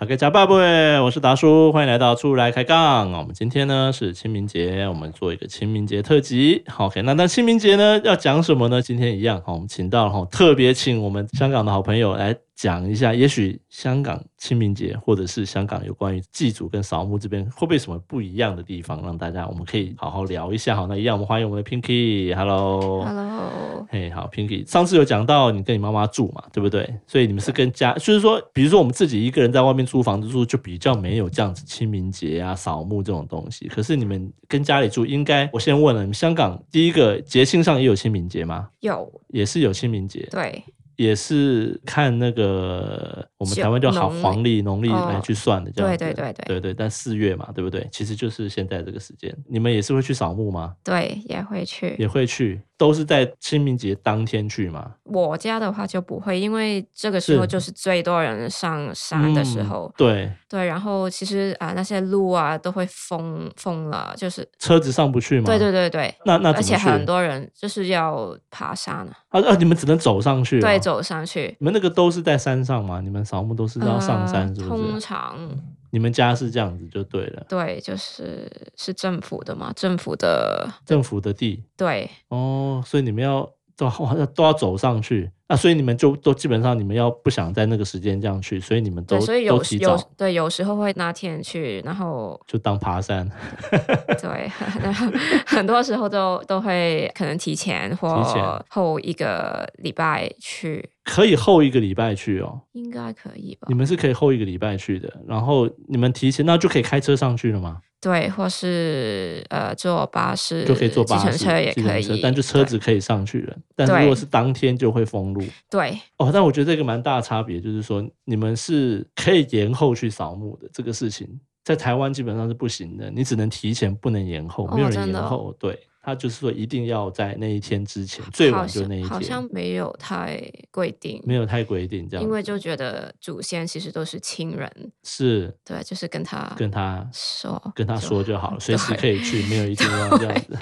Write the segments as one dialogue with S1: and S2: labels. S1: OK，加爸贝，我是达叔，欢迎来到出来开杠。我们今天呢是清明节，我们做一个清明节特辑。OK，那那清明节呢要讲什么呢？今天一样，好，我们请到哈特别请我们香港的好朋友来讲一下，也许香港清明节或者是香港有关于祭祖跟扫墓这边会不会有什么不一样的地方，让大家我们可以好好聊一下。好，那一样我们欢迎我们的 Pinky，Hello。
S2: Hello，
S1: 嘿，好，Pinky，上次有讲到你跟你妈妈住嘛，对不对？所以你们是跟家，就是说，比如说我们自己一个人在外面租房子住，就比较没有这样子清明节啊、扫墓这种东西。可是你们跟家里住，应该我先问了，你们香港第一个节庆上也有清明节吗？
S2: 有
S1: 也是有清明节，
S2: 对
S1: 也是看那个我们
S2: 就
S1: 台湾叫好
S2: 农历
S1: 黄历、农历
S2: 哦
S1: 来去算的，这样
S2: 对
S1: 子。
S2: 对对对
S1: 对对，但四月嘛，对不对？其实就是现在这个时间，你们也是会去扫墓吗？
S2: 对，也会去。
S1: 也会去，都是在清明节当天去吗？
S2: 我家的话就不会，因为这个时候
S1: 是
S2: 就是最多人上山的时候
S1: 嗯。对，
S2: 对，然后其实啊、那些路啊都会封封了，就是
S1: 车子上不去吗？
S2: 对对，对对，
S1: 那那怎
S2: 而
S1: 么去？
S2: 且很多人就是要爬山啊，
S1: 啊啊，你们只能走上去、哦。
S2: 对，。走上去。
S1: 你们那个都是在山上吗？你们扫墓都是要上山，
S2: 呃
S1: 是不是？
S2: 通常
S1: 你们家是这样子就对了，
S2: 对，就是是政府的嘛，政府的
S1: 政府的地
S2: 对
S1: 哦，所以你们要都哇要都要走上去啊，所以你们就都基本上你们要不想在那个时间这样去，所以你们都
S2: 对，所以有
S1: 都提
S2: 有
S1: 早
S2: 对有时候会那天去，然后
S1: 就当爬山，
S2: 对， 然后很多时候都都会可能提前
S1: 提前
S2: 或后一个礼拜去，
S1: 可以后一个礼拜去哦，
S2: 应该可以吧
S1: 你？们是可以后一个礼拜去的，然后你们提前那就可以开车上去了吗？
S2: 对，或是呃坐巴士，
S1: 就可以坐巴
S2: 计程
S1: 士、
S2: 车也
S1: 计程
S2: 可
S1: 车
S2: 以，
S1: 但就车子可以上去了。但是如果是当天就会封路
S2: 对
S1: 哦。但我觉得这个蛮大的差别，就是说你们是可以延后去扫墓的这个事情，在台湾基本上是不行的，你只能提前，不能延后，
S2: 哦
S1: 没有人
S2: 真的
S1: 延
S2: 哦
S1: 后。对，他就是说一定要在那一天之前，最晚
S2: 好
S1: 就
S2: 像
S1: 那一
S2: 好
S1: 天，
S2: 像没有太规定，
S1: 没有太规定这样。
S2: 因为就觉得祖先其实都是亲人，
S1: 是
S2: 对，就是跟他
S1: 跟他。
S2: 说
S1: 跟他说就 好了，随时可以去，没有一定要这样子。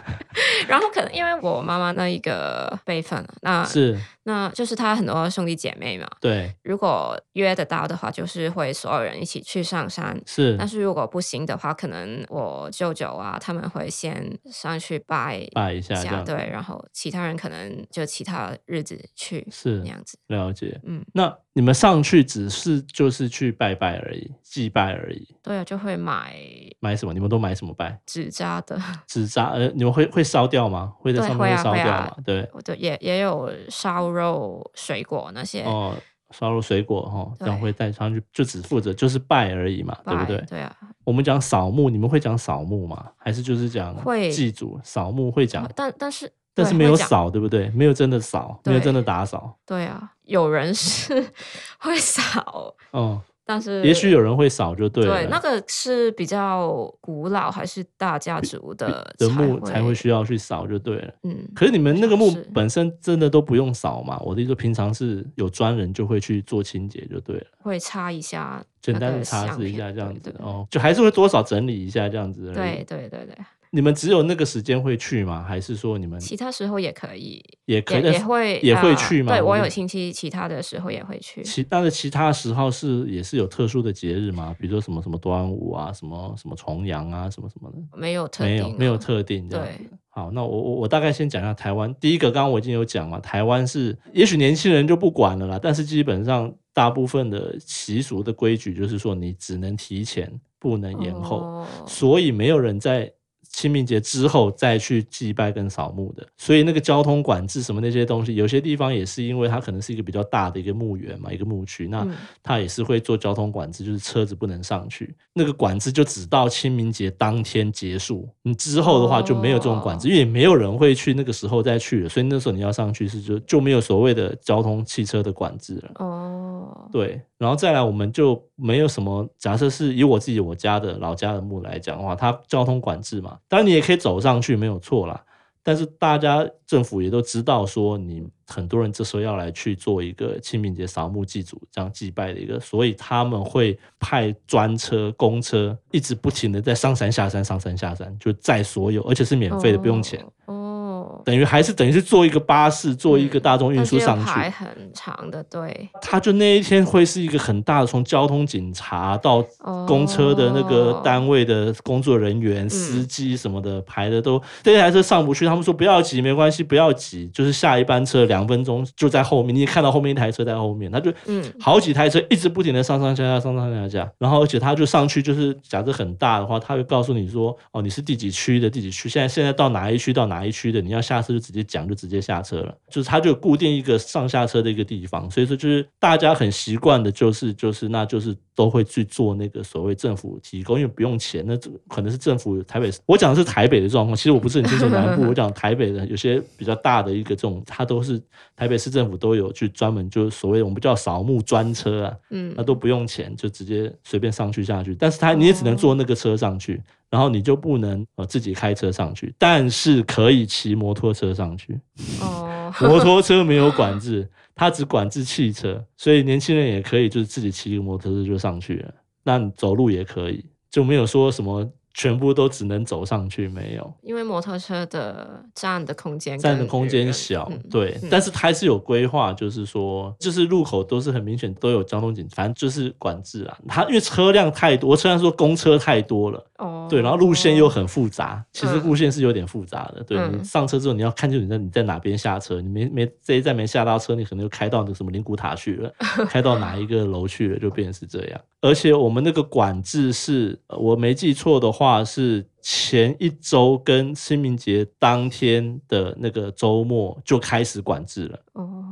S2: 然后可能因为我妈妈那一个辈分啊，那
S1: 是，
S2: 那就是她很多兄弟姐妹嘛，
S1: 对，
S2: 如果约得到的话，就是会所有人一起去上山。
S1: 是
S2: 但是如果不行的话，可能我舅舅啊他们会先上去拜一
S1: 拜一下这
S2: 下，
S1: 样
S2: 对
S1: 子，，
S2: 然后其他人可能就其他日子去
S1: 是
S2: 那样子。
S1: 了解。
S2: 嗯，
S1: 那你们上去只是就是去拜拜而已，祭拜而已。
S2: 对啊，就会买
S1: 买什么？你们都买什么拜？
S2: 纸扎的，
S1: 纸扎？呃，你们会会烧掉吗？会在
S2: 对
S1: 上
S2: 会
S1: 面
S2: 啊
S1: 烧
S2: 会
S1: 掉
S2: 啊
S1: 吗？对，
S2: 我对也也有烧肉、水果那些，
S1: 哦，烧肉水果哈，这样
S2: 对
S1: 会带上去，就只负责就是拜而已嘛，
S2: 拜、
S1: 对不对？
S2: 对啊，
S1: 我们讲扫墓，你们会讲扫墓吗？还是就是讲
S2: 会
S1: 祭祖？扫墓会讲，
S2: 但但是
S1: 但
S2: 对
S1: 是没
S2: 会
S1: 有
S2: 讲
S1: 扫，对不对？没有真的扫，没有
S2: 对
S1: 真的打扫。
S2: 对啊，有人是 会少，
S1: 哦，
S2: 但是
S1: 也许有人会扫就对啊了。
S2: 那个是比较古老还是大家族的
S1: 的墓才
S2: 才
S1: 会
S2: 会
S1: 需要去扫就对了。
S2: 嗯，
S1: 可是你们那个墓
S2: 是
S1: 本身真的都不用扫嘛？我的意思说，平常是有专人就会去做清洁就对了，
S2: 会擦一下那
S1: 简
S2: 个相片，
S1: 单的擦拭一下这样子
S2: 对对
S1: 哦，就还是会多少整理一下这样子而已。
S2: 对对对对，
S1: 你们只有那个时间会去吗？还是说你们
S2: 其他时候也可以，
S1: 也可
S2: 也
S1: 以？
S2: 也会
S1: 也会
S2: 呃
S1: 去吗
S2: 对
S1: 我
S2: 我
S1: 们
S2: 有亲戚，其他的时候也会去。
S1: 其但是其他时候是也是有特殊的节日嘛，比如说什么什么端午啊，什么什么重阳啊，什么什么的。
S2: 没有特
S1: 没
S2: 定啊、
S1: 有没有特定这样
S2: 对
S1: 子。好，那我我我大概先讲一下台湾。第一个，刚刚我已经有讲嘛，台湾是也许年轻人就不管了啦，但是基本上大部分的习俗的规矩就是说，你只能提前，不能延后，
S2: 哦
S1: 所以没有人在。清明节之后再去祭拜跟扫墓的，所以那个交通管制什么那些东西，有些地方也是因为它可能是一个比较大的一个墓园嘛，一个墓区，那
S2: 嗯
S1: 它也是会做交通管制，就是车子不能上去，那个管制就只到清明节当天结束，你之后的话就没有这种管制，因为也没有人会去那个时候再去了，所以那时候你要上去是就就没有所谓的交通汽车的管制了。
S2: 哦，
S1: 对，然后再来，我们就没有什么。假设是以我自己我家的老家的墓来讲的话，它交通管制嘛，当然你也可以走上去，没有错啦。但是大家政府也都知道，说你很多人这时候要来去做一个清明节扫墓祭祖这样祭拜的一个，所以他们会派专车、公车，一直不停的在上山下山、上山下山，就载所有，而且是免费的，不用钱。
S2: 哦。哦，
S1: 等于还是等于是坐一个巴士，坐一个大众运输上去。
S2: 排很长的队，
S1: 他就那一天会是一个很大的，从交通警察到公车的那个单位的工作人员、司机什么的，排的都这台车上不去，他们说不要急，没关系，不要急，就是下一班车两分钟就在后面，你也看到后面一台车在后面，他就好几台车一直不停的上上下下上上下下，然后而且他就上去就是假设很大的话，他会告诉你说哦你是第几区的第几区，现在现在到哪一区到哪一区的，你要下车就直接讲就直接下车了，就是他就固定一个上下车的一个地方，所以说就是大家很习惯的就是就是那就是都会去做那个所谓政府提供，因为不用钱，那可能是政府台北，我讲的是台北的状况，其实我不是很清楚南部，我讲台北的有些比较大的一个这种，它都是台北市政府都有去专门就是所谓我们叫扫墓专车啊，
S2: 嗯，
S1: 那都不用钱，就直接随便上去下去，但是它你也只能坐那个车上去。然后你就不能呃自己开车上去，但是可以骑摩托车上去。
S2: 哦，
S1: 摩托车没有管制，它只管制汽车，所以年轻人也可以就是自己骑个摩托车就上去了。那你走路也可以，就没有说什么全部都只能走上去，没有。
S2: 因为摩托车的站的空间，
S1: 占的空间小，
S2: 嗯
S1: 对，但是它还是有规划，就是说，就是路口都是很明显都有交通警，反正就是管制啊。它因为车辆太多，车辆说公车太多了，
S2: 哦，
S1: 对，然后路线又很复杂，其实路线是有点复杂的。对
S2: 嗯
S1: 你上车之后，你要看清楚你在你在哪边下车，你没没这一站没下到车，你可能就开到那个什么灵谷塔去 了，开到哪一个楼去了，就变成是这样。而且我们那个管制是，呃我没记错的话是。前一周跟清明节当天的那个周末就开始管制了，
S2: 哦，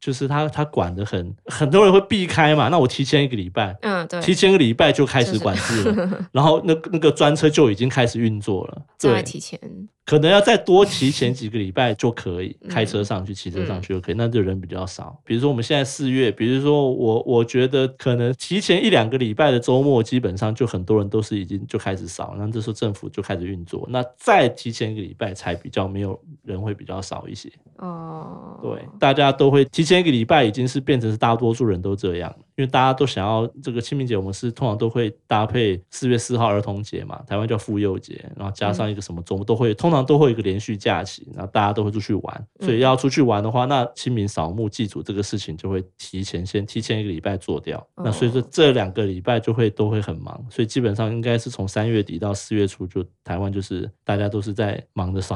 S1: 就是他他管得很，很多人会避开嘛。那我提前一个礼拜，
S2: 嗯，对，
S1: 提前个礼拜就开始管制了， 然后那那个专车就已经开始运作了。
S2: 再
S1: 对，
S2: 提前，
S1: 可能要再多提前几个礼拜就可以
S2: 嗯
S1: 开车上去、骑车上去就可以，那就人比较少。比如说我们现在四月，比如说我我觉得可能提前一两个礼拜的周末，基本上就很多人都是已经就开始少，那这时候政府就开始运作，那再提前一个礼拜才比较没有人会比较少一些。
S2: 哦，
S1: 对，大家都会提前一个礼拜，已经是变成是大多数人都这样了，因为大家都想要这个清明节，我们是通常都会搭配四月四号儿童节嘛，台湾叫妇幼节，然后加上一个什么周末都会，通常都会有一个连续假期，然后大家都会出去玩，所以要出去玩的话，那清明扫墓祭祖这个事情就会提前先提前一个礼拜做掉，那所以说这两个礼拜就会都会很忙，所以基本上应该是从三月底到四月初就，台湾就是大家都是在忙着扫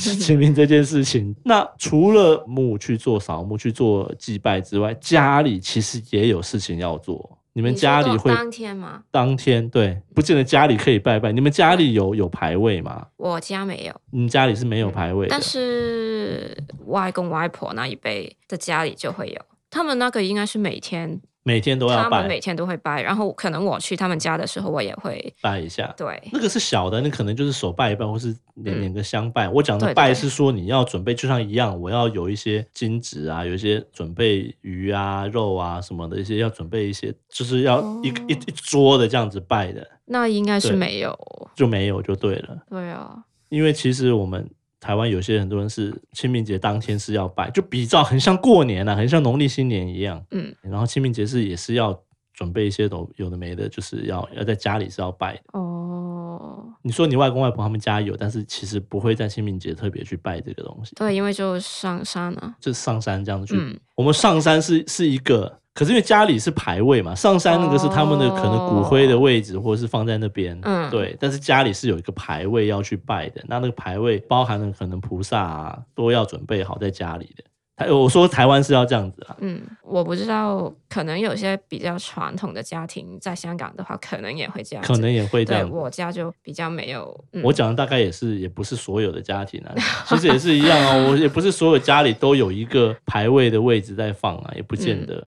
S1: 清明这件事情。那除了墓去做扫墓、去做祭拜之外，家里其实也有事情要做。你们
S2: 你说
S1: 家里
S2: 到
S1: 会
S2: 当天吗？
S1: 当天对，不见得家里可以拜拜。你们家里有有牌位吗？
S2: 我家没有，
S1: 你们家里是没有牌位的
S2: 嗯但，是外公外婆那一辈的家里就会有。他们那个应该是每天，
S1: 每天都
S2: 他
S1: 要
S2: 们
S1: 拜
S2: 每天都会拜，然后可能我去他们家的时候，我也会
S1: 拜一下。
S2: 对，
S1: 那个是小的，那可能就是手拜一拜，或是点
S2: 嗯
S1: 点个香拜。我讲的
S2: 对对
S1: 拜
S2: 对
S1: 是说你要准备，就像一样，我要有一些金纸啊，有一些准备鱼啊、肉啊什么的一些，要准备一些，就是要
S2: 哦
S1: 一个、一一桌的这样子拜的，
S2: 那应该是
S1: 对
S2: 没有。
S1: 就没有就对了。
S2: 对啊，
S1: 因为其实我们台湾有些很多人是清明节当天是要拜，就比照很像过年啊，很像农历新年一样。
S2: 嗯，
S1: 然后清明节是也是要准备一些有有的没的，就是要要在家里是要拜的。
S2: 哦，
S1: 你说你外公外婆他们家有，但是其实不会在清明节特别去拜这个东西，
S2: 对，因为就上山啊，
S1: 就上山这样子去。
S2: 嗯，
S1: 我们上山是是一个，可是因为家里是牌位嘛，上山那个是他们的
S2: 哦
S1: 可能骨灰的位置，或者是放在那边，
S2: 嗯
S1: 对。但是家里是有一个牌位要去拜的，那那个牌位包含了可能菩萨啊，都要准备好在家里的。台我说台湾是要这样子啊，
S2: 嗯，我不知道，可能有些比较传统的家庭在香港的话，可能也会这样子。
S1: 可能也会这
S2: 对
S1: 样子。
S2: 我家就比较没有。嗯、
S1: 我讲的大概也是，也不是所有的家庭啊， 其实也是一样啊。我也不是所有家里都有一个牌位的位置在放啊，也不见得。